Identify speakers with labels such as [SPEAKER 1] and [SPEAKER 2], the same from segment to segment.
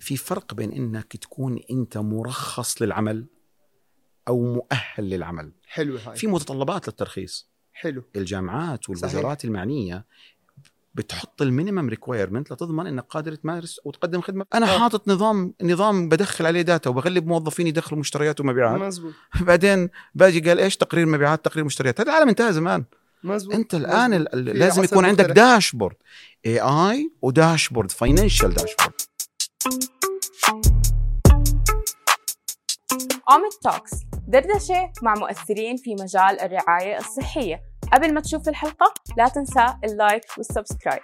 [SPEAKER 1] في فرق بين انك تكون انت مرخص للعمل او مؤهل للعمل
[SPEAKER 2] حلو هاي
[SPEAKER 1] في متطلبات للترخيص
[SPEAKER 2] حلو
[SPEAKER 1] الجامعات والوزارات صحيح. المعنيه بتحط المينيمم ريكويرمنت لتضمن انك قادر تمارس وتقدم خدمه انا
[SPEAKER 2] آه.
[SPEAKER 1] حاطط نظام نظام بدخل عليه داتا وبغلب موظفين يدخلوا مشتريات ومبيعات
[SPEAKER 2] مزبوط
[SPEAKER 1] بعدين باجي قال ايش تقرير مبيعات تقرير مشتريات هذا العالم انتهى زمان
[SPEAKER 2] مزبوط
[SPEAKER 1] انت الان ال- ال-
[SPEAKER 2] في
[SPEAKER 1] لازم
[SPEAKER 2] عصر
[SPEAKER 1] يكون عندك
[SPEAKER 2] مختلف.
[SPEAKER 1] داشبورد اي اي وداشبورد فاينانشال داشبورد
[SPEAKER 3] أوميد توكس دردشة مع مؤثرين في مجال الرعاية الصحية قبل ما تشوف الحلقة لا تنسى اللايك والسبسكرايب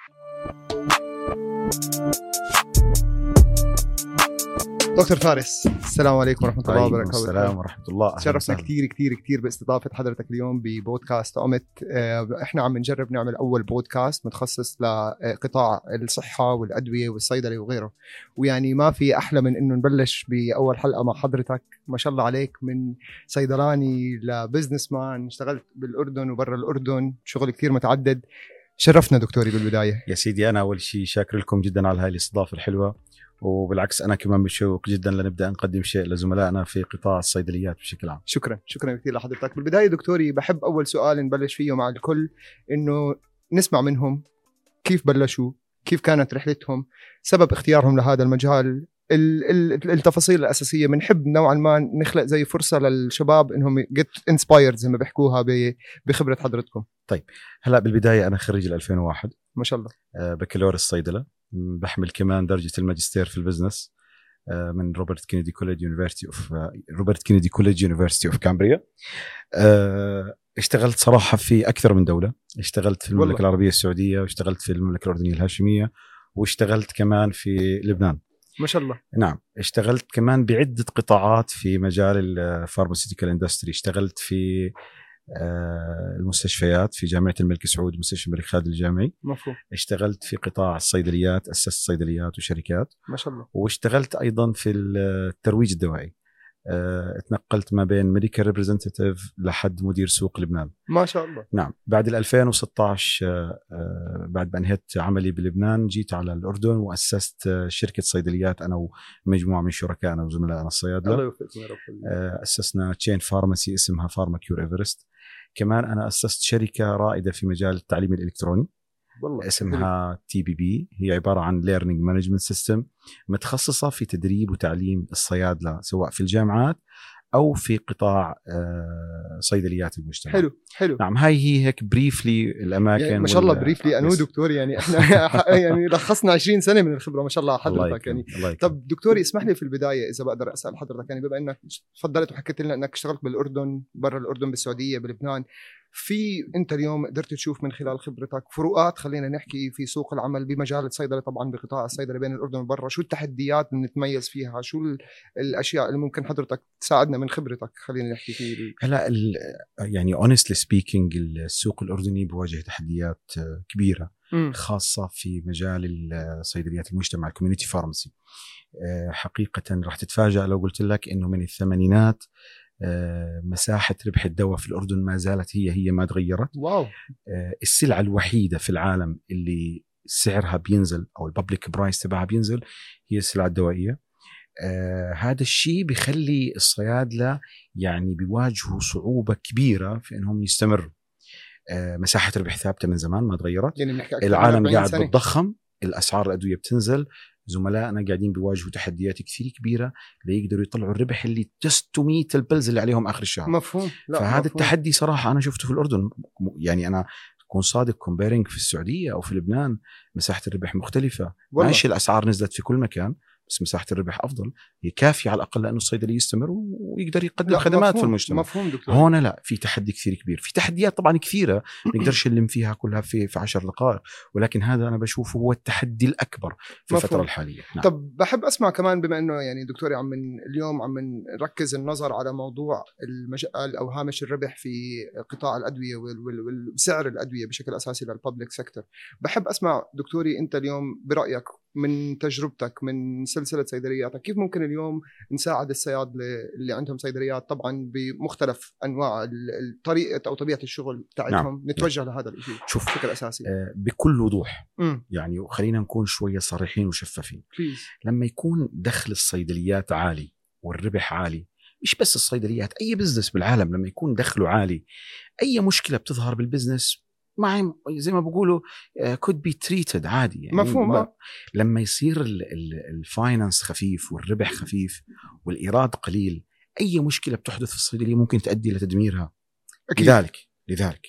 [SPEAKER 2] دكتور فارس السلام عليكم ورحمه الله
[SPEAKER 1] وعليكم
[SPEAKER 2] وبركاته
[SPEAKER 1] السلام ورحمه الله أهلاً
[SPEAKER 2] تشرفنا
[SPEAKER 1] وسهلاً.
[SPEAKER 2] كثير كثير كثير باستضافه حضرتك اليوم ببودكاست اومت آه، احنا عم نجرب نعمل اول بودكاست متخصص لقطاع الصحه والادويه والصيدله وغيره ويعني ما في احلى من انه نبلش باول حلقه مع حضرتك ما شاء الله عليك من صيدلاني لبزنس مان اشتغلت بالاردن وبرا الاردن شغل كثير متعدد شرفنا دكتوري بالبدايه
[SPEAKER 1] يا سيدي انا اول شيء شاكر لكم جدا على هاي الاستضافه الحلوه وبالعكس انا كمان مشوق جدا لنبدا نقدم شيء لزملائنا في قطاع الصيدليات بشكل عام
[SPEAKER 2] شكرا شكرا كثير لحضرتك بالبدايه دكتوري بحب اول سؤال نبلش فيه مع الكل انه نسمع منهم كيف بلشوا كيف كانت رحلتهم سبب اختيارهم لهذا المجال ال- ال- التفاصيل الاساسيه بنحب نوعا ما نخلق زي فرصه للشباب انهم جيت انسبايرد زي ما بيحكوها ب- بخبره حضرتكم
[SPEAKER 1] هلا بالبدايه انا خريج ال 2001
[SPEAKER 2] ما شاء الله
[SPEAKER 1] آه، بكالوريوس صيدله م، بحمل كمان درجه الماجستير في البزنس آه، من روبرت كينيدي كوليج يونيفرسيتي اوف روبرت كينيدي كوليج يونيفرسيتي اوف كامبريا آه، اشتغلت صراحه في اكثر من دوله اشتغلت في المملكه
[SPEAKER 2] والله.
[SPEAKER 1] العربيه السعوديه واشتغلت في المملكه الاردنيه الهاشميه واشتغلت كمان في لبنان
[SPEAKER 2] ما شاء الله
[SPEAKER 1] نعم اشتغلت كمان بعدة قطاعات في مجال الفارماسيتيكال اندستري اشتغلت في آه، المستشفيات في جامعة الملك سعود مستشفى الملك خالد الجامعي
[SPEAKER 2] مفهوم
[SPEAKER 1] اشتغلت في قطاع الصيدليات أسست صيدليات وشركات
[SPEAKER 2] ما شاء الله
[SPEAKER 1] واشتغلت أيضا في الترويج الدوائي آه، اتنقلت ما بين ميديكال ريبريزنتيف لحد مدير سوق لبنان
[SPEAKER 2] ما شاء الله
[SPEAKER 1] نعم بعد ال 2016 آه، آه، بعد ما انهيت عملي بلبنان جيت على الاردن واسست آه، شركه صيدليات انا ومجموعه من شركائنا وزملائنا
[SPEAKER 2] الله
[SPEAKER 1] الصيادله
[SPEAKER 2] يوفقكم يا رب
[SPEAKER 1] آه، اسسنا تشين فارماسي اسمها فارما كيور ايفرست كمان انا اسست شركه رائده في مجال التعليم الالكتروني
[SPEAKER 2] والله
[SPEAKER 1] اسمها تي بي بي هي عباره عن ليرنينج مانجمنت سيستم متخصصه في تدريب وتعليم الصيادله سواء في الجامعات او في قطاع آه، صيدليات المجتمع
[SPEAKER 2] حلو حلو
[SPEAKER 1] نعم هاي هي هيك بريفلي الاماكن
[SPEAKER 2] يعني ما شاء الله
[SPEAKER 1] وال-
[SPEAKER 2] بريفلي انو
[SPEAKER 1] Yes.
[SPEAKER 2] دكتور يعني احنا يعني لخصنا 20 سنه من الخبره ما شاء الله على
[SPEAKER 1] الله
[SPEAKER 2] حضرتك يعني
[SPEAKER 1] يكرمك، الله يكرمك.
[SPEAKER 2] طب دكتوري اسمح لي في البدايه اذا بقدر اسال حضرتك يعني بما انك تفضلت وحكيت لنا انك اشتغلت بالاردن برا الاردن بالسعوديه بلبنان في انت اليوم قدرت تشوف من خلال خبرتك فروقات خلينا نحكي في سوق العمل بمجال الصيدله طبعا بقطاع الصيدله بين الاردن وبرا شو التحديات اللي نتميز فيها شو ال- الاشياء اللي ممكن حضرتك تساعدنا من خبرتك خلينا نحكي في
[SPEAKER 1] هلا ال- يعني اونستلي سبيكينج السوق الاردني بواجه تحديات آه، كبيره خاصه في مجال ال- آه، صيدليات المجتمع الكوميونتي فارماسي حقيقه راح تتفاجأ لو قلت لك انه من الثمانينات آه، مساحه ربح الدواء في الاردن ما زالت هي هي ما تغيرت
[SPEAKER 2] واو
[SPEAKER 1] آه، السلعه الوحيده في العالم اللي سعرها بينزل او الببليك برايس تبعها بينزل هي السلع الدوائيه آه هذا الشيء بخلي الصيادله يعني بيواجهوا صعوبه كبيره في انهم يستمروا آه مساحه ربح ثابته من زمان ما تغيرت
[SPEAKER 2] يعني بنحكي أكثر من
[SPEAKER 1] العالم
[SPEAKER 2] 40
[SPEAKER 1] قاعد
[SPEAKER 2] سنة.
[SPEAKER 1] بتضخم الاسعار الادويه بتنزل زملائنا قاعدين بيواجهوا تحديات كثير كبيره ليقدروا يطلعوا الربح اللي تستميت البلز اللي عليهم اخر الشهر
[SPEAKER 2] مفهوم لا
[SPEAKER 1] فهذا
[SPEAKER 2] مفهوم.
[SPEAKER 1] التحدي صراحه انا شفته في الاردن م- يعني انا اكون صادق كومبيرنج في السعوديه او في لبنان مساحه الربح مختلفه
[SPEAKER 2] والله.
[SPEAKER 1] ماشي الاسعار نزلت في كل مكان بس مساحه الربح افضل هي كافيه على الاقل لانه الصيدلي يستمر و- ويقدر يقدم
[SPEAKER 2] لا،
[SPEAKER 1] خدمات في
[SPEAKER 2] مفهوم،
[SPEAKER 1] المجتمع
[SPEAKER 2] مفهوم دكتور
[SPEAKER 1] هون لا في تحدي كثير كبير في تحديات طبعا كثيره نقدرش نلم فيها كلها في في 10 دقائق ولكن هذا انا بشوفه هو التحدي الاكبر في
[SPEAKER 2] مفهوم.
[SPEAKER 1] الفتره الحاليه نعم.
[SPEAKER 2] طب بحب اسمع كمان بما انه يعني دكتوري عم من اليوم عم نركز النظر على موضوع المجال او هامش الربح في قطاع الادويه وال- وال- وال- وسعر الادويه بشكل اساسي للببليك سيكتور بحب اسمع دكتوري انت اليوم برايك من تجربتك من سلسله صيدلياتك كيف ممكن اليوم نساعد الصيادله اللي عندهم صيدليات طبعا بمختلف انواع ال- ال- طريقه او طبيعه الشغل بتاعتهم نعم. نتوجه لهذا الشيء
[SPEAKER 1] شوف
[SPEAKER 2] بشكل اساسي
[SPEAKER 1] آه، بكل وضوح
[SPEAKER 2] امم
[SPEAKER 1] يعني وخلينا نكون شويه صريحين وشفافين
[SPEAKER 2] بليز
[SPEAKER 1] لما يكون دخل الصيدليات عالي والربح عالي مش بس الصيدليات اي بزنس بالعالم لما يكون دخله عالي اي مشكله بتظهر بالبزنس مع زي ما بقولوا آه، كود بي تريتد عادي يعني
[SPEAKER 2] مفهوم،
[SPEAKER 1] ما-
[SPEAKER 2] آه.
[SPEAKER 1] لما يصير ال- ال- الفاينانس خفيف والربح خفيف والايراد قليل اي مشكله بتحدث في الصيدليه ممكن تؤدي لتدميرها
[SPEAKER 2] اكيد
[SPEAKER 1] لذلك لذلك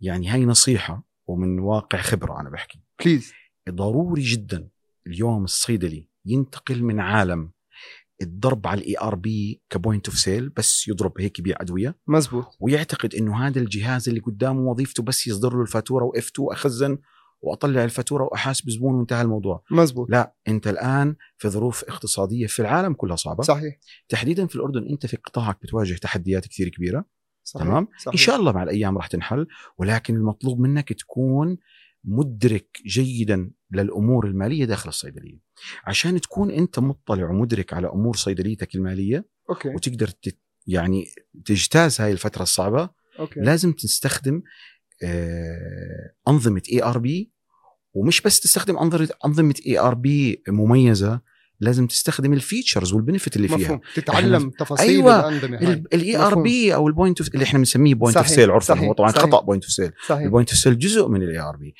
[SPEAKER 1] يعني هاي نصيحة ومن واقع خبرة أنا بحكي
[SPEAKER 2] بليز
[SPEAKER 1] ضروري جدا اليوم الصيدلي ينتقل من عالم الضرب على الاي ار بي كبوينت اوف سيل بس يضرب هيك يبيع ادويه
[SPEAKER 2] مزبوط
[SPEAKER 1] ويعتقد انه هذا الجهاز اللي قدامه وظيفته بس يصدر له الفاتوره واف 2 اخزن واطلع الفاتوره واحاسب زبون وانتهى الموضوع
[SPEAKER 2] مزبوط
[SPEAKER 1] لا انت الان في ظروف اقتصاديه في العالم كلها صعبه صح.
[SPEAKER 2] صحيح
[SPEAKER 1] تحديدا في الاردن انت في قطاعك بتواجه تحديات كثير كبيره
[SPEAKER 2] صحيح
[SPEAKER 1] تمام؟
[SPEAKER 2] صحيح.
[SPEAKER 1] ان شاء الله مع الايام راح تنحل ولكن المطلوب منك تكون مدرك جيدا للامور الماليه داخل الصيدليه عشان تكون انت مطلع ومدرك على امور صيدليتك الماليه
[SPEAKER 2] اوكي
[SPEAKER 1] وتقدر تت يعني تجتاز هاي الفتره الصعبه
[SPEAKER 2] اوكي
[SPEAKER 1] لازم تستخدم آه، انظمه اي ار بي ومش بس تستخدم انظمه انظمه اي ار بي مميزه لازم تستخدم الفيتشرز والبنفت اللي فيها
[SPEAKER 2] مفهوم تتعلم تفاصيل
[SPEAKER 1] أيوة.
[SPEAKER 2] الانظمه هاي
[SPEAKER 1] الاي ار
[SPEAKER 2] مفهوم.
[SPEAKER 1] بي او البوينت اللي احنا بنسميه بوينت اوف
[SPEAKER 2] صحيح،
[SPEAKER 1] سيل عرفا
[SPEAKER 2] صحيح،
[SPEAKER 1] هو طبعا
[SPEAKER 2] صحيح.
[SPEAKER 1] خطا بوينت اوف سيل
[SPEAKER 2] صحيح
[SPEAKER 1] البوينت اوف سيل جزء من الاي ار بي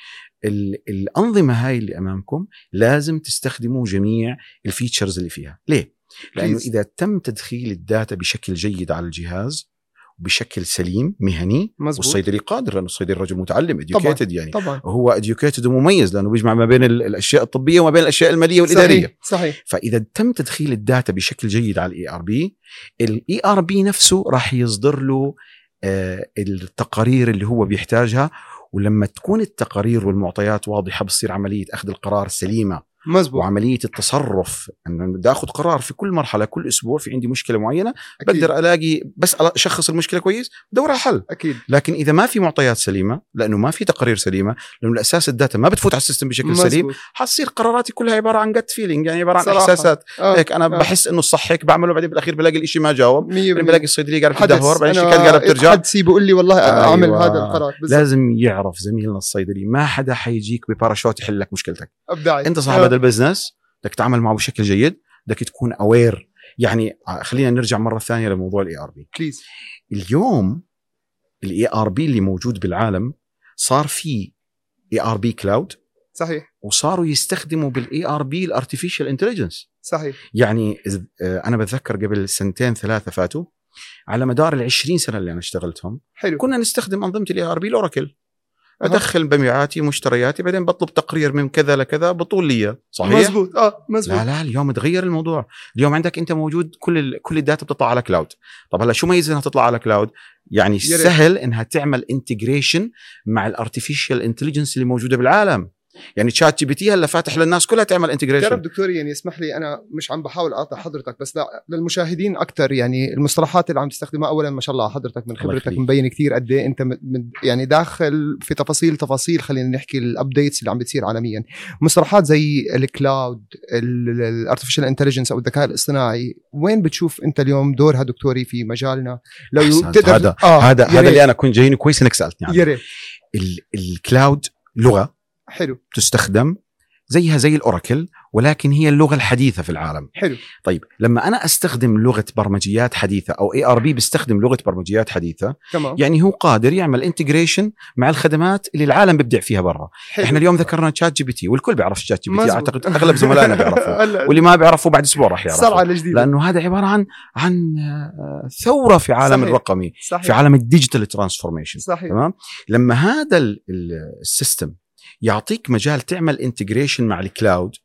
[SPEAKER 1] الانظمه هاي اللي امامكم لازم تستخدموا جميع الفيتشرز اللي فيها ليه لانه
[SPEAKER 2] Please.
[SPEAKER 1] اذا تم تدخيل الداتا بشكل جيد على الجهاز بشكل سليم مهني
[SPEAKER 2] مزبوط
[SPEAKER 1] والصيدلي قادر لانه الصيدلي رجل متعلم
[SPEAKER 2] طبعاً.
[SPEAKER 1] educated يعني
[SPEAKER 2] طبعا
[SPEAKER 1] هو educated ومميز لانه بيجمع ما بين ال- الاشياء الطبيه وما بين الاشياء الماليه والاداريه
[SPEAKER 2] صحيح صحيح
[SPEAKER 1] فاذا تم تدخيل الداتا بشكل جيد على الاي ار بي الاي ار بي نفسه راح يصدر له آه، التقارير اللي هو بيحتاجها ولما تكون التقارير والمعطيات واضحه بتصير عمليه اخذ القرار سليمه
[SPEAKER 2] مزبوط
[SPEAKER 1] وعمليه التصرف انه بدي اخذ قرار في كل مرحله كل اسبوع في عندي مشكله معينه
[SPEAKER 2] أكيد.
[SPEAKER 1] بقدر الاقي بس اشخص المشكله كويس بدور على حل
[SPEAKER 2] اكيد
[SPEAKER 1] لكن اذا ما في معطيات سليمه لانه ما في تقارير سليمه لانه الاساس الداتا ما بتفوت على السيستم بشكل سليم
[SPEAKER 2] مزبوط.
[SPEAKER 1] حتصير قراراتي كلها عباره عن جت فيلينج يعني عباره عن
[SPEAKER 2] صراحة.
[SPEAKER 1] احساسات
[SPEAKER 2] آه.
[SPEAKER 1] هيك انا
[SPEAKER 2] آه.
[SPEAKER 1] بحس انه الصح هيك بعمله بعدين بالاخير بلاقي الإشي ما جاوب
[SPEAKER 2] مية
[SPEAKER 1] بعدين
[SPEAKER 2] بالمية.
[SPEAKER 1] بلاقي الصيدليه قاعده
[SPEAKER 2] حدث.
[SPEAKER 1] بتدهور بعدين
[SPEAKER 2] أنا
[SPEAKER 1] الشركات قاعده بترجع
[SPEAKER 2] حدسي بقول لي والله اعمل
[SPEAKER 1] أيوة.
[SPEAKER 2] هذا القرار بس
[SPEAKER 1] لازم يعرف زميلنا الصيدلي ما حدا حيجيك بباراشوت يحل لك مشكلتك
[SPEAKER 2] ابدعي
[SPEAKER 1] انت صاحب
[SPEAKER 2] آه.
[SPEAKER 1] هذا البزنس بدك تتعامل معه بشكل جيد بدك تكون اوير يعني آه، خلينا نرجع مره ثانيه لموضوع الاي ار بي
[SPEAKER 2] بليز
[SPEAKER 1] اليوم الاي ار بي اللي موجود بالعالم صار في اي ار بي كلاود
[SPEAKER 2] صحيح
[SPEAKER 1] وصاروا يستخدموا بالاي ار بي الارتفيشال انتليجنس
[SPEAKER 2] صحيح
[SPEAKER 1] يعني إذ- آه، انا بتذكر قبل سنتين ثلاثه فاتوا على مدار ال 20 سنه اللي انا اشتغلتهم
[SPEAKER 2] حلو
[SPEAKER 1] كنا نستخدم انظمه الاي ار بي الاوراكل
[SPEAKER 2] أها.
[SPEAKER 1] ادخل بيعاتي ومشترياتي بعدين بطلب تقرير من كذا لكذا بطول لي صحيح
[SPEAKER 2] مزبوط اه
[SPEAKER 1] لا
[SPEAKER 2] مزبوط
[SPEAKER 1] لا اليوم تغير الموضوع اليوم عندك انت موجود كل ال... كل الداتا بتطلع على كلاود طب هلا شو ميز انها تطلع على كلاود يعني
[SPEAKER 2] يا ريت.
[SPEAKER 1] سهل انها تعمل انتجريشن مع الارتفيشال انتليجنس اللي موجوده بالعالم يعني تشات جي بي تي هلا فاتح للناس كلها تعمل
[SPEAKER 2] تعرف
[SPEAKER 1] انتجريشن
[SPEAKER 2] دكتور يعني يسمح لي انا مش عم بحاول اقاطع حضرتك بس لا للمشاهدين اكثر يعني المصطلحات اللي عم تستخدمها اولا ما شاء الله على حضرتك من
[SPEAKER 1] الله
[SPEAKER 2] خبرتك
[SPEAKER 1] يخليك.
[SPEAKER 2] مبين كثير قد ايه انت من- من- يعني داخل في تفاصيل تفاصيل خلينا نحكي الابديتس اللي عم بتصير عالميا مصطلحات زي الكلاود الارتفيشال انتليجنس او الذكاء الاصطناعي وين بتشوف انت اليوم دورها دكتوري في مجالنا لو
[SPEAKER 1] أحسنت.
[SPEAKER 2] تقدر-
[SPEAKER 1] هذا-
[SPEAKER 2] آه
[SPEAKER 1] هذا هذا
[SPEAKER 2] يا
[SPEAKER 1] يعني.
[SPEAKER 2] ريت.
[SPEAKER 1] اللي انا كنت جايني كويس انك سالتني عنه
[SPEAKER 2] يا ريت
[SPEAKER 1] ال- الكلاود لغه
[SPEAKER 2] حلو
[SPEAKER 1] تستخدم زيها زي الاوراكل ولكن هي اللغه الحديثه في العالم
[SPEAKER 2] حلو
[SPEAKER 1] طيب لما انا استخدم لغه برمجيات حديثه او اي ار بي بيستخدم لغه برمجيات حديثه
[SPEAKER 2] تمام
[SPEAKER 1] يعني هو قادر يعمل انتجريشن مع الخدمات اللي العالم بيبدع فيها برا
[SPEAKER 2] حلو.
[SPEAKER 1] احنا اليوم ذكرنا تشات جي بي تي والكل بيعرف تشات جي بي تي
[SPEAKER 2] مزبوط.
[SPEAKER 1] اعتقد اغلب زملائنا بيعرفوه
[SPEAKER 2] هلا
[SPEAKER 1] واللي ما بيعرفه بعد اسبوع راح
[SPEAKER 2] الصرعه
[SPEAKER 1] يعرفه
[SPEAKER 2] الجديده
[SPEAKER 1] لانه هذا عباره عن عن آه، ثوره في عالم
[SPEAKER 2] صحيح.
[SPEAKER 1] الرقمي في
[SPEAKER 2] صحيح
[SPEAKER 1] عالم الديجيتال ترانسفورميشن
[SPEAKER 2] صحيح
[SPEAKER 1] تمام لما هذا ال- ال- السيستم يعطيك مجال تعمل انتجريشن مع الكلاود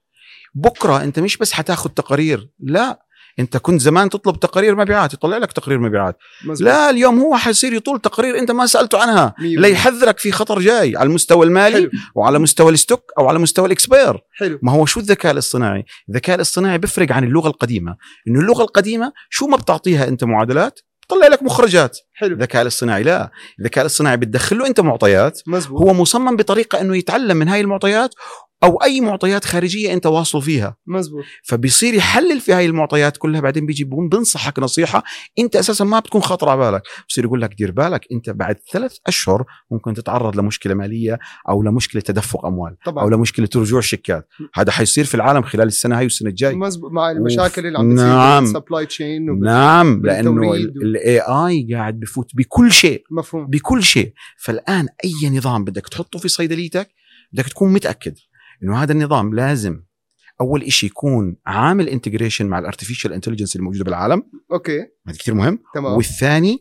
[SPEAKER 1] بكره انت مش بس حتاخذ تقارير لا انت كنت زمان تطلب تقارير مبيعات يطلع لك تقرير مبيعات
[SPEAKER 2] مزبوط.
[SPEAKER 1] لا اليوم هو حيصير يطول تقارير انت ما سالته عنها
[SPEAKER 2] مية بالمية.
[SPEAKER 1] ليحذرك في خطر جاي على المستوى المالي
[SPEAKER 2] حلو
[SPEAKER 1] وعلى مستوى الستوك او على مستوى الاكسبير
[SPEAKER 2] حلو
[SPEAKER 1] ما هو شو الذكاء الاصطناعي الذكاء الاصطناعي بيفرق عن اللغه القديمه انه اللغه القديمه شو ما بتعطيها انت معادلات طلع لك مخرجات
[SPEAKER 2] حلو
[SPEAKER 1] الذكاء الاصطناعي لا الذكاء الاصطناعي بتدخل له انت معطيات
[SPEAKER 2] مزبوط
[SPEAKER 1] هو مصمم بطريقه انه يتعلم من هاي المعطيات او اي معطيات خارجيه انت واصله فيها
[SPEAKER 2] مزبوط
[SPEAKER 1] فبيصير يحلل في هاي المعطيات كلها بعدين بيجي بقوم بنصحك نصيحه انت اساسا ما بتكون خاطره على بالك بصير يقول لك دير بالك انت بعد ثلاث اشهر ممكن تتعرض لمشكله ماليه او لمشكله تدفق اموال
[SPEAKER 2] طبعا
[SPEAKER 1] او لمشكله رجوع شيكات هذا حيصير في العالم خلال السنه هاي والسنه الجاي
[SPEAKER 2] مزبوط مع المشاكل اللي عم
[SPEAKER 1] أوف.
[SPEAKER 2] بتصير
[SPEAKER 1] نعم.
[SPEAKER 2] سبلاي تشين
[SPEAKER 1] نعم لانه
[SPEAKER 2] بالتوريد و-
[SPEAKER 1] الاي اي قاعد بفوت بكل شيء
[SPEAKER 2] مفهوم
[SPEAKER 1] بكل شيء فالان اي نظام بدك تحطه في صيدليتك بدك تكون متاكد انه هذا النظام لازم اول شيء يكون عامل انتجريشن مع الارتفيشال انتليجنس الموجوده بالعالم
[SPEAKER 2] اوكي
[SPEAKER 1] هذا كثير مهم
[SPEAKER 2] تمام
[SPEAKER 1] والثاني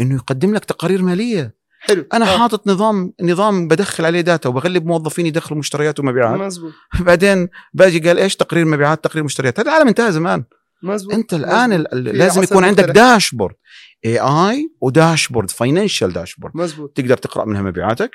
[SPEAKER 1] انه يقدم لك تقارير ماليه
[SPEAKER 2] حلو
[SPEAKER 1] انا
[SPEAKER 2] آه،
[SPEAKER 1] حاطط نظام نظام بدخل عليه داتا وبغلب موظفين يدخلوا مشتريات ومبيعات
[SPEAKER 2] مزبوط
[SPEAKER 1] بعدين باجي قال ايش تقرير مبيعات تقرير مشتريات هذا العالم انتهى زمان
[SPEAKER 2] مزبوط
[SPEAKER 1] انت الان ال- ال- لازم
[SPEAKER 2] عصر
[SPEAKER 1] يكون عندك
[SPEAKER 2] مختلف.
[SPEAKER 1] داشبورد اي اي وداشبورد فاينانشال داشبورد
[SPEAKER 2] مزبوط
[SPEAKER 1] تقدر تقرا منها مبيعاتك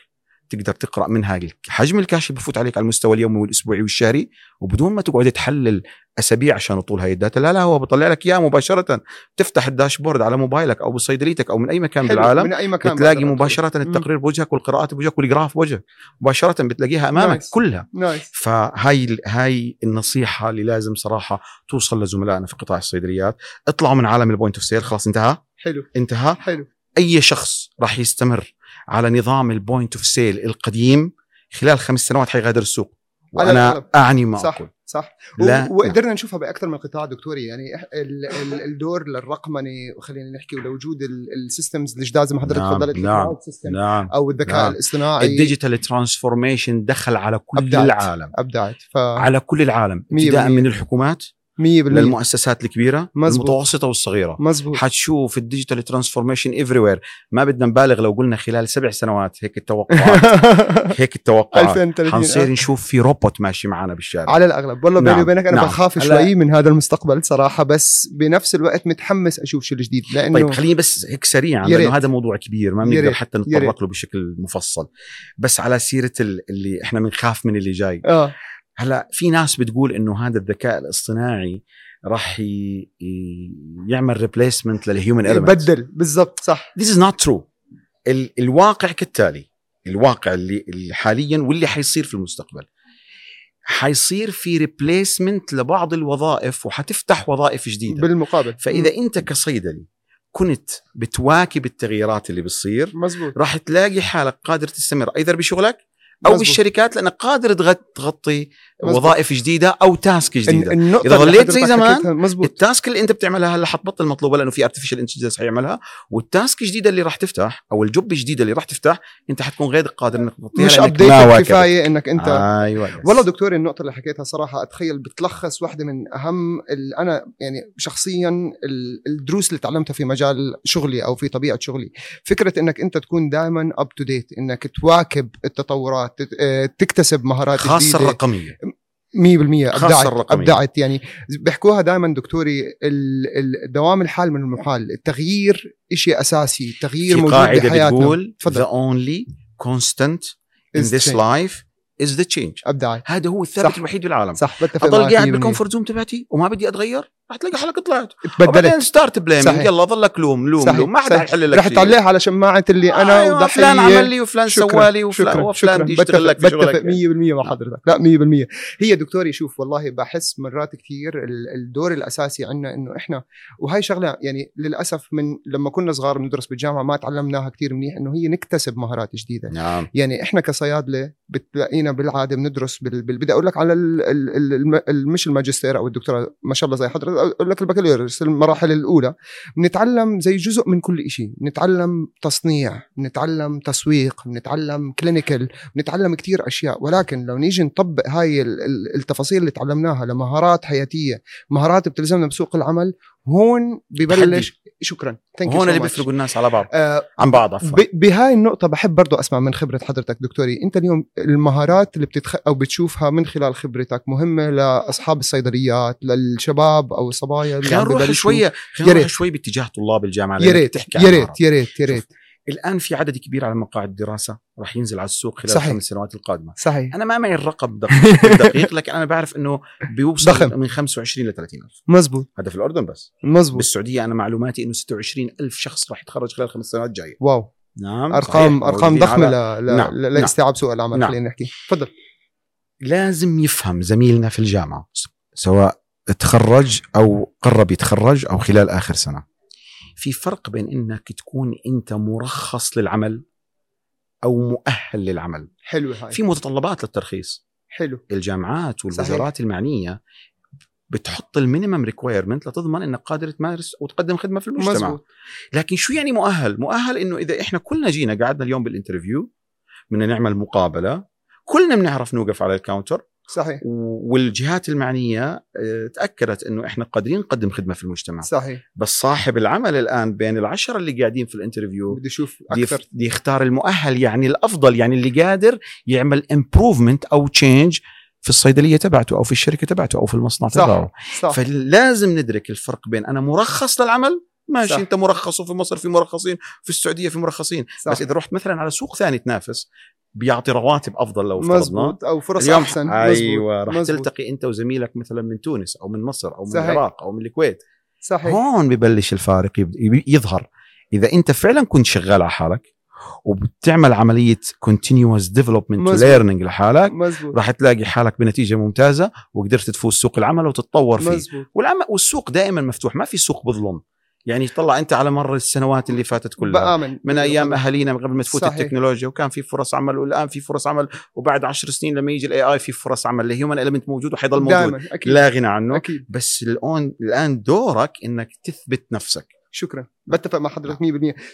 [SPEAKER 1] تقدر تقرا منها حجم الكاش اللي بفوت عليك على المستوى اليومي والاسبوعي والشهري وبدون ما تقعد تحلل اسابيع عشان طول هاي الداتا لا لا هو بطلع لك اياها مباشره تفتح الداشبورد على موبايلك او بصيدليتك او من اي مكان
[SPEAKER 2] حلو،
[SPEAKER 1] بالعالم
[SPEAKER 2] من اي مكان طيب.
[SPEAKER 1] بتلاقي
[SPEAKER 2] بقدر أدخل.
[SPEAKER 1] مباشره التقرير بوجهك والقراءات بوجهك والجراف بوجهك مباشره بتلاقيها امامك
[SPEAKER 2] نايس.
[SPEAKER 1] كلها
[SPEAKER 2] نايس
[SPEAKER 1] فهاي ال- هاي النصيحه اللي لازم صراحه توصل لزملائنا في قطاع الصيدليات اطلعوا من عالم البوينت اوف سيل خلاص انتهى
[SPEAKER 2] حلو
[SPEAKER 1] انتهى
[SPEAKER 2] حلو
[SPEAKER 1] اي شخص راح يستمر على نظام البوينت اوف سيل القديم خلال خمس سنوات حيغادر السوق
[SPEAKER 2] على
[SPEAKER 1] وانا
[SPEAKER 2] الأغلب.
[SPEAKER 1] اعني ما
[SPEAKER 2] صح
[SPEAKER 1] اقول
[SPEAKER 2] صح
[SPEAKER 1] لا.
[SPEAKER 2] لا وقدرنا نشوفها باكثر من قطاع دكتوري يعني إح- ال- ال- الدور للرقمنه وخلينا نحكي ولوجود السيستمز الجداد زي ما حضرتك
[SPEAKER 1] نعم،
[SPEAKER 2] تفضلت
[SPEAKER 1] نعم،
[SPEAKER 2] الcloud system
[SPEAKER 1] نعم
[SPEAKER 2] او الذكاء
[SPEAKER 1] نعم.
[SPEAKER 2] الاصطناعي
[SPEAKER 1] الديجيتال ترانسفورميشن دخل على كل
[SPEAKER 2] أبدعت.
[SPEAKER 1] العالم
[SPEAKER 2] ابدعت ف
[SPEAKER 1] على كل العالم
[SPEAKER 2] مية
[SPEAKER 1] ابتداء
[SPEAKER 2] بالمية.
[SPEAKER 1] من الحكومات
[SPEAKER 2] 100%
[SPEAKER 1] للمؤسسات الكبيره
[SPEAKER 2] مزبوط.
[SPEAKER 1] المتوسطه والصغيره
[SPEAKER 2] مزبوط
[SPEAKER 1] حتشوف الديجيتال ترانسفورميشن ايفري وير ما بدنا نبالغ لو قلنا خلال سبع سنوات هيك التوقعات هيك التوقعات
[SPEAKER 2] 2030
[SPEAKER 1] حنصير نشوف في روبوت ماشي معنا بالشارع
[SPEAKER 2] على الاغلب والله بيني
[SPEAKER 1] نعم،
[SPEAKER 2] وبينك انا
[SPEAKER 1] نعم.
[SPEAKER 2] بخاف
[SPEAKER 1] هلا-
[SPEAKER 2] شوي من هذا المستقبل صراحه بس بنفس الوقت متحمس اشوف شو الجديد لانه
[SPEAKER 1] طيب خليني بس هيك سريعا
[SPEAKER 2] يا ريت.
[SPEAKER 1] لانه هذا موضوع كبير ما
[SPEAKER 2] يا
[SPEAKER 1] بنقدر
[SPEAKER 2] ريت.
[SPEAKER 1] حتى
[SPEAKER 2] يا
[SPEAKER 1] نتطرق
[SPEAKER 2] ريت.
[SPEAKER 1] له بشكل مفصل بس على سيره ال- اللي احنا بنخاف من اللي جاي
[SPEAKER 2] اه
[SPEAKER 1] هلا في ناس بتقول انه هذا الذكاء الاصطناعي راح ي- ي- يعمل ريبليسمنت للهيومن element
[SPEAKER 2] بدل بالضبط صح
[SPEAKER 1] This is not true ال- الواقع كالتالي الواقع اللي اللي حاليا واللي حيصير في المستقبل حيصير في ريبليسمنت لبعض الوظائف وحتفتح وظائف جديده
[SPEAKER 2] بالمقابل
[SPEAKER 1] فاذا انت كصيدلي كنت بتواكب التغييرات اللي بتصير
[SPEAKER 2] مزبوط
[SPEAKER 1] راح تلاقي حالك قادر تستمر ايضا بشغلك او
[SPEAKER 2] مزبوط.
[SPEAKER 1] بالشركات لانك قادر تغ- تغطي
[SPEAKER 2] مزبوط.
[SPEAKER 1] وظائف جديده او تاسك
[SPEAKER 2] الن-
[SPEAKER 1] جديده
[SPEAKER 2] النقطة
[SPEAKER 1] إذا
[SPEAKER 2] اللي
[SPEAKER 1] ظليت زي
[SPEAKER 2] حضرتك
[SPEAKER 1] زمان،
[SPEAKER 2] حكيتها مزبوط
[SPEAKER 1] التاسك اللي انت بتعملها هلا حتبطل مطلوبه لانه في ارتفيشال انتليجنس حيعملها والتاسك الجديده اللي راح تفتح او الجوب الجديده اللي راح تفتح انت حتكون غير قادر انك تغطيها
[SPEAKER 2] مش
[SPEAKER 1] لأنك
[SPEAKER 2] ابديت
[SPEAKER 1] واكبت.
[SPEAKER 2] كفايه انك انت
[SPEAKER 1] ايوه يس.
[SPEAKER 2] والله دكتور النقطة اللي حكيتها صراحة أتخيل بتلخص واحدة من أهم ال- أنا يعني شخصيا ال- الدروس اللي تعلمتها في مجال شغلي أو في طبيعة شغلي فكرة أنك أنت تكون دائما أب تو ديت أنك تواكب التطورات تت- آه، تكتسب مهارات
[SPEAKER 1] خاصة
[SPEAKER 2] جديده
[SPEAKER 1] الرقميه
[SPEAKER 2] 100%
[SPEAKER 1] خاصة
[SPEAKER 2] أبدعت
[SPEAKER 1] الرقمية.
[SPEAKER 2] أبدعت يعني بيحكوها دائما دكتوري ال- ال- دوام الحال من المحال التغيير شيء أساسي التغيير
[SPEAKER 1] في
[SPEAKER 2] موجود
[SPEAKER 1] قاعده
[SPEAKER 2] بحياتنا
[SPEAKER 1] بتقول
[SPEAKER 2] تفضل.
[SPEAKER 1] ذا اونلي كونستانت in
[SPEAKER 2] Is
[SPEAKER 1] this
[SPEAKER 2] change.
[SPEAKER 1] life is the change
[SPEAKER 2] أبدعت
[SPEAKER 1] هذا هو الثابت
[SPEAKER 2] صح.
[SPEAKER 1] الوحيد بالعالم
[SPEAKER 2] صح بتفق معك
[SPEAKER 1] اضل قاعد
[SPEAKER 2] 100%.
[SPEAKER 1] بالكومفورت زون تبعتي وما بدي اتغير رح تلاقي حالك طلعت
[SPEAKER 2] تبدلت
[SPEAKER 1] وبعدين ستارت بليمينج
[SPEAKER 2] صحيح.
[SPEAKER 1] يلا ضلك لوم لوم
[SPEAKER 2] صحيح.
[SPEAKER 1] لوم ما حدا
[SPEAKER 2] صحيح.
[SPEAKER 1] حيحل لك
[SPEAKER 2] رح
[SPEAKER 1] شيء.
[SPEAKER 2] تعليها على شماعه اللي انا
[SPEAKER 1] أيوة،
[SPEAKER 2] وضحيه
[SPEAKER 1] فلان عمل لي وفلان
[SPEAKER 2] شكراً،
[SPEAKER 1] سوالي وفلان
[SPEAKER 2] شكراً،
[SPEAKER 1] وفلان
[SPEAKER 2] شكراً.
[SPEAKER 1] بدي يشتغل لك في
[SPEAKER 2] بتفق
[SPEAKER 1] شغلك. يعني. آه.
[SPEAKER 2] بتفق 100% مع حضرتك لا 100% هي دكتوري شوف والله بحس مرات كثير ال- الدور الاساسي عندنا انه احنا وهي شغله يعني للاسف من لما كنا صغار بندرس بالجامعه ما تعلمناها كثير منيح انه هي نكتسب مهارات جديده
[SPEAKER 1] نعم
[SPEAKER 2] يعني احنا كصيادله بتلاقينا بالعاده بندرس بال... بال... بدي اقول لك على ال... ال... ال... الم- ال... مش الماجستير او الدكتوراه ما شاء الله زي حضرتك اقول لك البكالوريوس المراحل الاولى بنتعلم زي جزء من كل شيء بنتعلم تصنيع بنتعلم تسويق بنتعلم كلينيكال بنتعلم كتير اشياء ولكن لو نيجي نطبق هاي ال- ال- التفاصيل اللي تعلمناها لمهارات حياتيه مهارات بتلزمنا بسوق العمل هون ببلش شكرا Thank you
[SPEAKER 1] هون
[SPEAKER 2] so
[SPEAKER 1] اللي
[SPEAKER 2] much.
[SPEAKER 1] بيفرقوا الناس على بعض
[SPEAKER 2] آه،
[SPEAKER 1] عن بعض عفوا
[SPEAKER 2] ب- بهاي النقطة بحب برضو أسمع من خبرة حضرتك دكتوري أنت اليوم المهارات اللي بتتخ... أو بتشوفها من خلال خبرتك مهمة لأصحاب الصيدليات للشباب أو الصبايا اللي
[SPEAKER 1] خلينا
[SPEAKER 2] عم
[SPEAKER 1] نروح
[SPEAKER 2] ببلشوا.
[SPEAKER 1] شويه خلينا
[SPEAKER 2] يا
[SPEAKER 1] نروح
[SPEAKER 2] ريت.
[SPEAKER 1] شوي باتجاه طلاب الجامعه
[SPEAKER 2] يا
[SPEAKER 1] لأنك
[SPEAKER 2] ريت
[SPEAKER 1] بتحكي عن
[SPEAKER 2] يا
[SPEAKER 1] مهارات.
[SPEAKER 2] ريت يا ريت يا ريت
[SPEAKER 1] الان في عدد كبير على مقاعد الدراسه راح ينزل على السوق خلال
[SPEAKER 2] صحيح.
[SPEAKER 1] الخمس سنوات القادمه
[SPEAKER 2] صحيح
[SPEAKER 1] انا ما معي الرقم دق- بالدقيق لكن انا بعرف انه بيوصل
[SPEAKER 2] ضخم.
[SPEAKER 1] من 25 ل 30 الف
[SPEAKER 2] مزبوط
[SPEAKER 1] هذا في الاردن بس
[SPEAKER 2] مزبوط
[SPEAKER 1] بالسعوديه انا معلوماتي انه 26 الف شخص راح يتخرج خلال خمس سنوات جايه
[SPEAKER 2] واو
[SPEAKER 1] نعم
[SPEAKER 2] أرقام
[SPEAKER 1] صحيح.
[SPEAKER 2] أرقام
[SPEAKER 1] موجودين
[SPEAKER 2] ضخمة
[SPEAKER 1] على-
[SPEAKER 2] ل... ل...
[SPEAKER 1] نعم،
[SPEAKER 2] ل...
[SPEAKER 1] نعم.
[SPEAKER 2] لاستيعاب سوق العمل
[SPEAKER 1] نعم.
[SPEAKER 2] خلينا نحكي تفضل
[SPEAKER 1] لازم يفهم زميلنا في الجامعه سواء تخرج او قرب يتخرج او خلال اخر سنه في فرق بين انك تكون انت مرخص للعمل او مؤهل للعمل
[SPEAKER 2] حلو هاي
[SPEAKER 1] في متطلبات للترخيص
[SPEAKER 2] حلو
[SPEAKER 1] الجامعات والوزارات المعنيه بتحط المينيمم ريكويرمنت لتضمن انك قادر تمارس وتقدم خدمه في المجتمع
[SPEAKER 2] مزبوط
[SPEAKER 1] لكن شو يعني مؤهل مؤهل انه اذا احنا كلنا جينا قعدنا اليوم بالانترفيو بدنا نعمل مقابله كلنا بنعرف نوقف على الكاونتر
[SPEAKER 2] صحيح
[SPEAKER 1] والجهات المعنيه آه، تاكدت انه احنا قادرين نقدم خدمه في المجتمع
[SPEAKER 2] صحيح
[SPEAKER 1] بس صاحب العمل الان بين العشره اللي قاعدين في الانترفيو
[SPEAKER 2] بدي اشوف
[SPEAKER 1] دي
[SPEAKER 2] اكثر
[SPEAKER 1] دي يختار المؤهل يعني الافضل يعني اللي قادر يعمل امبروفمنت او تشينج في الصيدليه تبعته او في الشركه تبعته او في المصنع
[SPEAKER 2] صح.
[SPEAKER 1] تبعه
[SPEAKER 2] صح
[SPEAKER 1] فلازم ندرك الفرق بين انا مرخص للعمل ماشي
[SPEAKER 2] صح.
[SPEAKER 1] صح. انت مرخص وفي مصر في مرخصين في السعوديه في مرخصين
[SPEAKER 2] صح.
[SPEAKER 1] بس اذا رحت مثلا على سوق ثاني تنافس بيعطي رواتب افضل لو افترضنا
[SPEAKER 2] مزبوط او فرص
[SPEAKER 1] اليوم
[SPEAKER 2] احسن مزبوط
[SPEAKER 1] ايوه راح
[SPEAKER 2] مزبوط.
[SPEAKER 1] تلتقي انت وزميلك مثلا من تونس او من مصر او من
[SPEAKER 2] صحيح.
[SPEAKER 1] العراق او من الكويت
[SPEAKER 2] صحيح
[SPEAKER 1] هون ببلش الفارق يبد- يب- يظهر اذا انت فعلا كنت شغال على حالك وبتعمل عمليه continuous development
[SPEAKER 2] مزبوط.
[SPEAKER 1] ليرنينج لحالك
[SPEAKER 2] مزبوط
[SPEAKER 1] راح تلاقي حالك بنتيجه ممتازه وقدرت تفوز سوق العمل وتتطور فيه
[SPEAKER 2] مزبوط
[SPEAKER 1] والعمل والسوق دائما مفتوح ما في سوق بظلم يعني طلع انت على مر السنوات اللي فاتت كلها
[SPEAKER 2] بآمن
[SPEAKER 1] من ايام اهالينا قبل ما تفوت
[SPEAKER 2] صحيح.
[SPEAKER 1] التكنولوجيا وكان في فرص عمل والان في فرص عمل وبعد عشر سنين لما يجي الاي اي في فرص عمل الهيومن المنت موجود وحيضل موجود
[SPEAKER 2] دائما اكيد
[SPEAKER 1] لا غنى عنه
[SPEAKER 2] اكيد
[SPEAKER 1] بس الان الان دورك انك تثبت نفسك
[SPEAKER 2] شكرا بتفق مع حضرتك 100%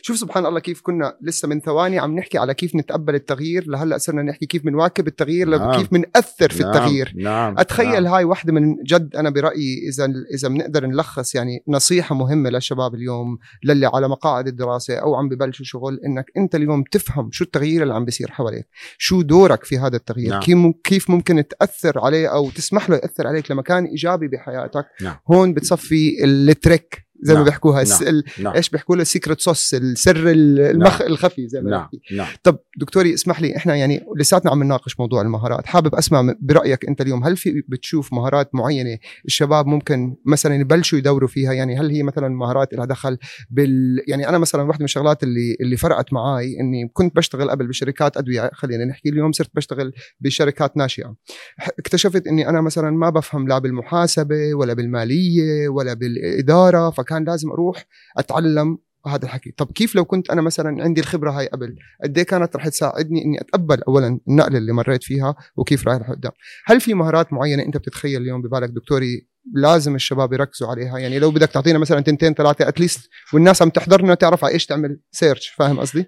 [SPEAKER 2] شوف سبحان الله كيف كنا لسه من ثواني عم نحكي على كيف نتقبل التغيير لهلا صرنا نحكي كيف بنواكب التغيير
[SPEAKER 1] نعم.
[SPEAKER 2] كيف بنأثر في التغيير
[SPEAKER 1] نعم
[SPEAKER 2] اتخيل
[SPEAKER 1] نعم.
[SPEAKER 2] هاي وحده من جد انا برايي اذا اذا بنقدر نلخص يعني نصيحه مهمه للشباب اليوم للي على مقاعد الدراسه او عم ببلشوا شغل انك انت اليوم تفهم شو التغيير اللي عم بيصير حواليك شو دورك في هذا التغيير
[SPEAKER 1] نعم.
[SPEAKER 2] كيف مم- كيف ممكن تاثر عليه او تسمح له ياثر عليك لمكان ايجابي بحياتك
[SPEAKER 1] نعم.
[SPEAKER 2] هون بتصفي التريك زي ما
[SPEAKER 1] نعم.
[SPEAKER 2] بيحكوها
[SPEAKER 1] نعم.
[SPEAKER 2] ال-
[SPEAKER 1] نعم.
[SPEAKER 2] ايش بيحكوا له السيكرت صوص السر المخ الخفي زي ما
[SPEAKER 1] نعم
[SPEAKER 2] بيحكي.
[SPEAKER 1] نعم
[SPEAKER 2] طب دكتوري اسمح لي احنا يعني لساتنا عم نناقش موضوع المهارات حابب اسمع من- برايك انت اليوم هل في بتشوف مهارات معينه الشباب ممكن مثلا يبلشوا يدوروا فيها يعني هل هي مثلا مهارات لها دخل بال يعني انا مثلا واحده من الشغلات اللي اللي فرقت معي اني كنت بشتغل قبل بشركات ادويه خلينا نحكي اليوم صرت بشتغل بشركات ناشئه ح- اكتشفت اني انا مثلا ما بفهم لا بالمحاسبه ولا بالماليه ولا بالاداره فكان لازم اروح اتعلم هذا الحكي طب كيف لو كنت انا مثلا عندي الخبره هاي قبل قد ايه كانت رح تساعدني اني اتقبل اولا النقله اللي مريت فيها وكيف رايح لقدام هل في مهارات معينه انت بتتخيل اليوم ببالك دكتوري لازم الشباب يركزوا عليها يعني لو بدك تعطينا مثلا تنتين ثلاثه اتليست والناس عم تحضرنا تعرف على ايش تعمل سيرش فاهم قصدي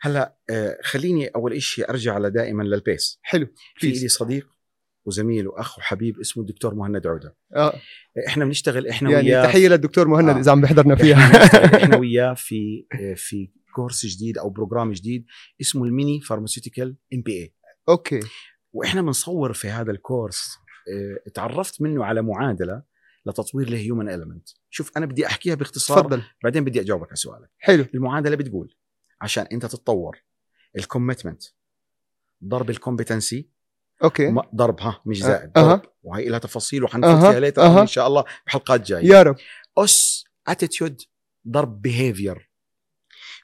[SPEAKER 1] هلا آه، خليني اول شيء ارجع على دائما للبيس
[SPEAKER 2] حلو
[SPEAKER 1] في
[SPEAKER 2] Please.
[SPEAKER 1] لي صديق وزميل واخ وحبيب اسمه الدكتور مهند عوده
[SPEAKER 2] آه.
[SPEAKER 1] احنا بنشتغل احنا
[SPEAKER 2] يعني
[SPEAKER 1] وياه
[SPEAKER 2] تحيه للدكتور مهند
[SPEAKER 1] آه.
[SPEAKER 2] اذا عم بيحضرنا فيها
[SPEAKER 1] احنا بنشتغل احنا وياه في آه، في كورس جديد او بروجرام جديد اسمه الميني فارماسيوتيكال ام بي اي
[SPEAKER 2] اوكي
[SPEAKER 1] واحنا بنصور في هذا الكورس اه، تعرفت منه على معادله لتطوير الهيومن المنت شوف انا بدي احكيها باختصار
[SPEAKER 2] تفضل
[SPEAKER 1] بعدين بدي اجاوبك على سؤالك
[SPEAKER 2] حلو
[SPEAKER 1] المعادله بتقول عشان انت تتطور الكوميتمنت ضرب الكومبتنسي
[SPEAKER 2] اوكي
[SPEAKER 1] ضربها مش
[SPEAKER 2] أه،
[SPEAKER 1] زائد
[SPEAKER 2] أها.
[SPEAKER 1] ضرب وهي لها تفاصيل وحنفوت
[SPEAKER 2] أها،
[SPEAKER 1] فيها later
[SPEAKER 2] أها.
[SPEAKER 1] ان شاء الله بحلقات جايه
[SPEAKER 2] يا رب
[SPEAKER 1] اس اتيتيود ضرب بيهيفير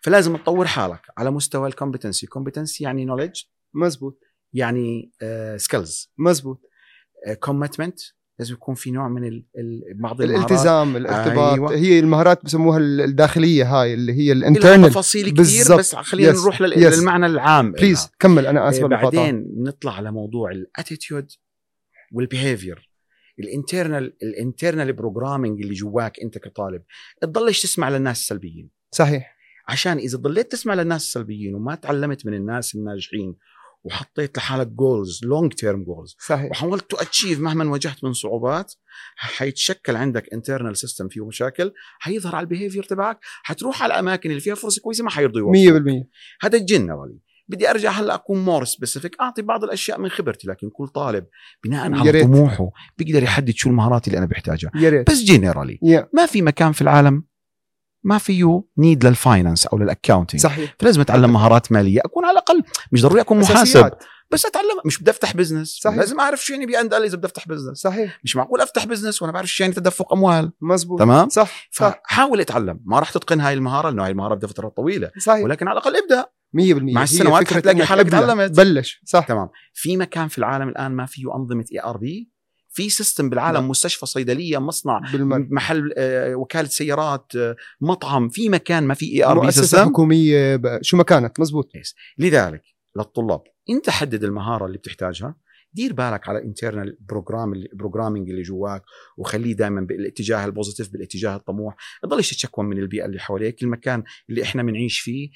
[SPEAKER 1] فلازم تطور حالك على مستوى الكومبتنسي كومبتنسي يعني نوليدج
[SPEAKER 2] مزبوط
[SPEAKER 1] يعني سكيلز
[SPEAKER 2] مزبوط
[SPEAKER 1] كوميتمنت لازم يكون في نوع من ال- ال- بعض المهارات.
[SPEAKER 2] الالتزام الارتباط
[SPEAKER 1] أيوة.
[SPEAKER 2] هي المهارات بسموها ال- الداخليه هاي اللي هي
[SPEAKER 1] لها
[SPEAKER 2] الانترنال
[SPEAKER 1] تفاصيل كثير
[SPEAKER 2] بالضبط.
[SPEAKER 1] بس خلينا
[SPEAKER 2] Yes.
[SPEAKER 1] نروح لل-
[SPEAKER 2] Yes.
[SPEAKER 1] للمعنى العام
[SPEAKER 2] بليز كمل انا اسف
[SPEAKER 1] آه،
[SPEAKER 2] بالمقاطعة.
[SPEAKER 1] بعدين نطلع على موضوع الاتيتيود والبيهيفير الانترنال الانترنال بروجرامينج اللي جواك انت كطالب تضلش تسمع للناس السلبيين
[SPEAKER 2] صحيح
[SPEAKER 1] عشان اذا ضليت تسمع للناس السلبيين وما تعلمت من الناس الناجحين وحطيت لحالك جولز لونج تيرم جولز
[SPEAKER 2] صحيح
[SPEAKER 1] وحاولت تو اتشيف مهما واجهت من صعوبات حيتشكل عندك انترنال سيستم فيه مشاكل حيظهر على البيهيفير تبعك حتروح على الاماكن اللي فيها فرصه كويسه ما حيرضوا يوقفوك.
[SPEAKER 2] 100%
[SPEAKER 1] هذا الجنرالي بدي ارجع هلا اكون مور سبيسيفيك اعطي بعض الاشياء من خبرتي لكن كل طالب بناء
[SPEAKER 2] يا
[SPEAKER 1] على
[SPEAKER 2] ريت.
[SPEAKER 1] طموحه بيقدر يحدد شو المهارات اللي انا بحتاجها
[SPEAKER 2] يا ريت
[SPEAKER 1] بس جنرالي
[SPEAKER 2] يا
[SPEAKER 1] ما في مكان في العالم ما فيه نيد للفاينانس او للاكاونتنج
[SPEAKER 2] صحيح
[SPEAKER 1] فلازم اتعلم مهارات ماليه اكون على الاقل مش ضروري اكون محاسب
[SPEAKER 2] أساسيات.
[SPEAKER 1] بس اتعلم مش بدي افتح بزنس
[SPEAKER 2] صحيح.
[SPEAKER 1] صحيح. لازم اعرف شو يعني بي اند اذا بدي افتح بزنس
[SPEAKER 2] صحيح
[SPEAKER 1] مش معقول افتح بزنس وانا بعرف شو يعني تدفق اموال
[SPEAKER 2] مزبوط
[SPEAKER 1] تمام
[SPEAKER 2] صح صح
[SPEAKER 1] فحاول اتعلم ما راح تتقن هاي المهاره لانه هاي المهاره بدها فتره طويله
[SPEAKER 2] صحيح
[SPEAKER 1] ولكن على الاقل ابدا
[SPEAKER 2] 100%
[SPEAKER 1] مع
[SPEAKER 2] هي
[SPEAKER 1] السنوات
[SPEAKER 2] فكرة
[SPEAKER 1] حتلاقي
[SPEAKER 2] إنك
[SPEAKER 1] حالك
[SPEAKER 2] ابلع.
[SPEAKER 1] تعلمت.
[SPEAKER 2] بلش صح
[SPEAKER 1] تمام في مكان في العالم الان ما فيه انظمه اي ار بي في سيستم بالعالم
[SPEAKER 2] نعم.
[SPEAKER 1] مستشفى صيدليه مصنع
[SPEAKER 2] بالمرة
[SPEAKER 1] محل آه، وكاله سيارات آه، مطعم في مكان ما فيه اي ار بي
[SPEAKER 2] مؤسسة
[SPEAKER 1] سيستم
[SPEAKER 2] حكومية ب- شو ما كانت مزبوط
[SPEAKER 1] لذلك للطلاب انت حدد المهاره اللي بتحتاجها دير بالك على الانترنال بروجرام البروجرامينج اللي جواك وخليه دائما بالاتجاه البوزيتيف بالاتجاه الطموح ما تضلش تتشكوى من البيئه اللي حواليك المكان اللي احنا بنعيش فيه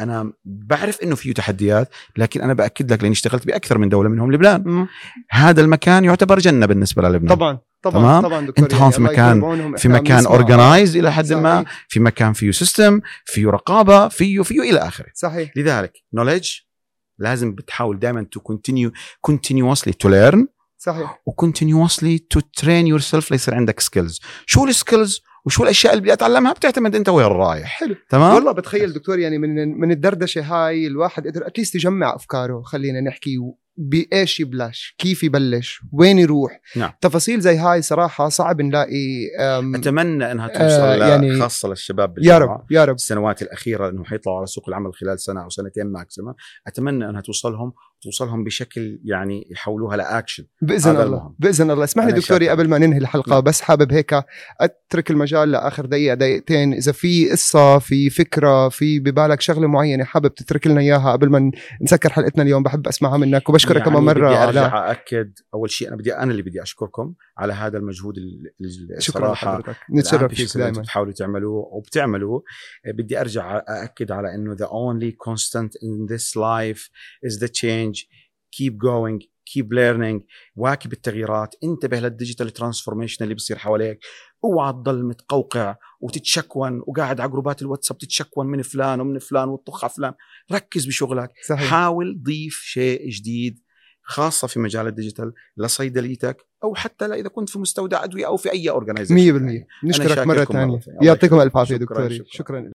[SPEAKER 1] انا بعرف انه فيه تحديات لكن انا باكد لك لاني اشتغلت باكثر من دوله منهم لبنان هذا المكان يعتبر جنه بالنسبه للبنان
[SPEAKER 2] طبعا طبعا
[SPEAKER 1] نعم. تمام؟
[SPEAKER 2] طبعا دكتور يعني
[SPEAKER 1] أنت هون في
[SPEAKER 2] الله
[SPEAKER 1] مكان-
[SPEAKER 2] يكون بعونهم.
[SPEAKER 1] في
[SPEAKER 2] إحنا عم
[SPEAKER 1] مكان
[SPEAKER 2] نسمع.
[SPEAKER 1] اورجنايز الى حد ما
[SPEAKER 2] صحيح.
[SPEAKER 1] في مكان فيه سيستم فيه رقابه فيه فيه الى اخره
[SPEAKER 2] صحيح
[SPEAKER 1] لذلك نوليدج لازم بتحاول دائما تو كونتينيو كونتينيوسلي تو ليرن
[SPEAKER 2] صحيح
[SPEAKER 1] وكونتينيوسلي تو ترين يور سيلف ليصير عندك سكيلز شو السكيلز وشو الاشياء اللي بدي اتعلمها بتعتمد انت وين رايح
[SPEAKER 2] حلو.
[SPEAKER 1] تمام
[SPEAKER 2] والله بتخيل دكتور يعني من من الدردشه هاي الواحد قدر اتليست يجمع افكاره خلينا نحكي و- بايش يبلش كيف يبلش وين يروح
[SPEAKER 1] نعم.
[SPEAKER 2] تفاصيل زي هاي صراحه صعب نلاقي أم،
[SPEAKER 1] اتمنى انها
[SPEAKER 2] آه،
[SPEAKER 1] توصل
[SPEAKER 2] يعني-
[SPEAKER 1] يعني خاصه للشباب
[SPEAKER 2] يا
[SPEAKER 1] بالجامعة.
[SPEAKER 2] رب يا رب
[SPEAKER 1] السنوات الاخيره انهم حيطلعوا على سوق العمل خلال سنه او سنتين ماكسيمم اتمنى انها توصلهم توصلهم بشكل يعني يحولوها لاكشن
[SPEAKER 2] باذن
[SPEAKER 1] هذا
[SPEAKER 2] الله
[SPEAKER 1] المهم.
[SPEAKER 2] باذن الله اسمح لي
[SPEAKER 1] أنا
[SPEAKER 2] دكتوري
[SPEAKER 1] شاكر.
[SPEAKER 2] قبل ما ننهي الحلقه
[SPEAKER 1] نعم.
[SPEAKER 2] بس حابب هيك اترك المجال لاخر دقيقه دقيقتين اذا في قصه في فكره في ببالك شغله معينه حابب تترك لنا اياها قبل ما نسكر حلقتنا اليوم بحب اسمعها منك وبشكرك
[SPEAKER 1] يعني
[SPEAKER 2] كمان مره
[SPEAKER 1] بدي
[SPEAKER 2] على
[SPEAKER 1] ارجع اكد اول شيء انا بدي انا اللي بدي اشكركم على هذا المجهود ال- ال-
[SPEAKER 2] شكرا
[SPEAKER 1] الصراحه
[SPEAKER 2] لحضرتك نتشرف
[SPEAKER 1] الآن في
[SPEAKER 2] فيك
[SPEAKER 1] شغل انتم
[SPEAKER 2] دائما
[SPEAKER 1] بتحاولوا تعملوه وبتعملوه بدي ارجع ااكد على انه the only constant in this life is the change keep going keep learning واكب التغييرات انتبه للديجيتال ترانسفورميشن اللي بصير حواليك اوعى تضل متقوقع وتتشكون وقاعد على جروبات الواتساب تتشكون من فلان ومن فلان وتطخ على فلان ركز بشغلك
[SPEAKER 2] صحيح
[SPEAKER 1] حاول ضيف شيء جديد خاصة في مجال الديجيتال لصيدليتك أو حتى لا إذا كنت في مستودع أدوية أو في أي
[SPEAKER 2] 100%
[SPEAKER 1] أورجنايزيشن
[SPEAKER 2] نشكرك مره
[SPEAKER 1] شاكركم مرة
[SPEAKER 2] ثانيه
[SPEAKER 1] ثانية. الله
[SPEAKER 2] يعطيكم الف عافيه
[SPEAKER 1] شكراً،
[SPEAKER 2] دكتوري
[SPEAKER 1] شكراً.
[SPEAKER 2] شكرا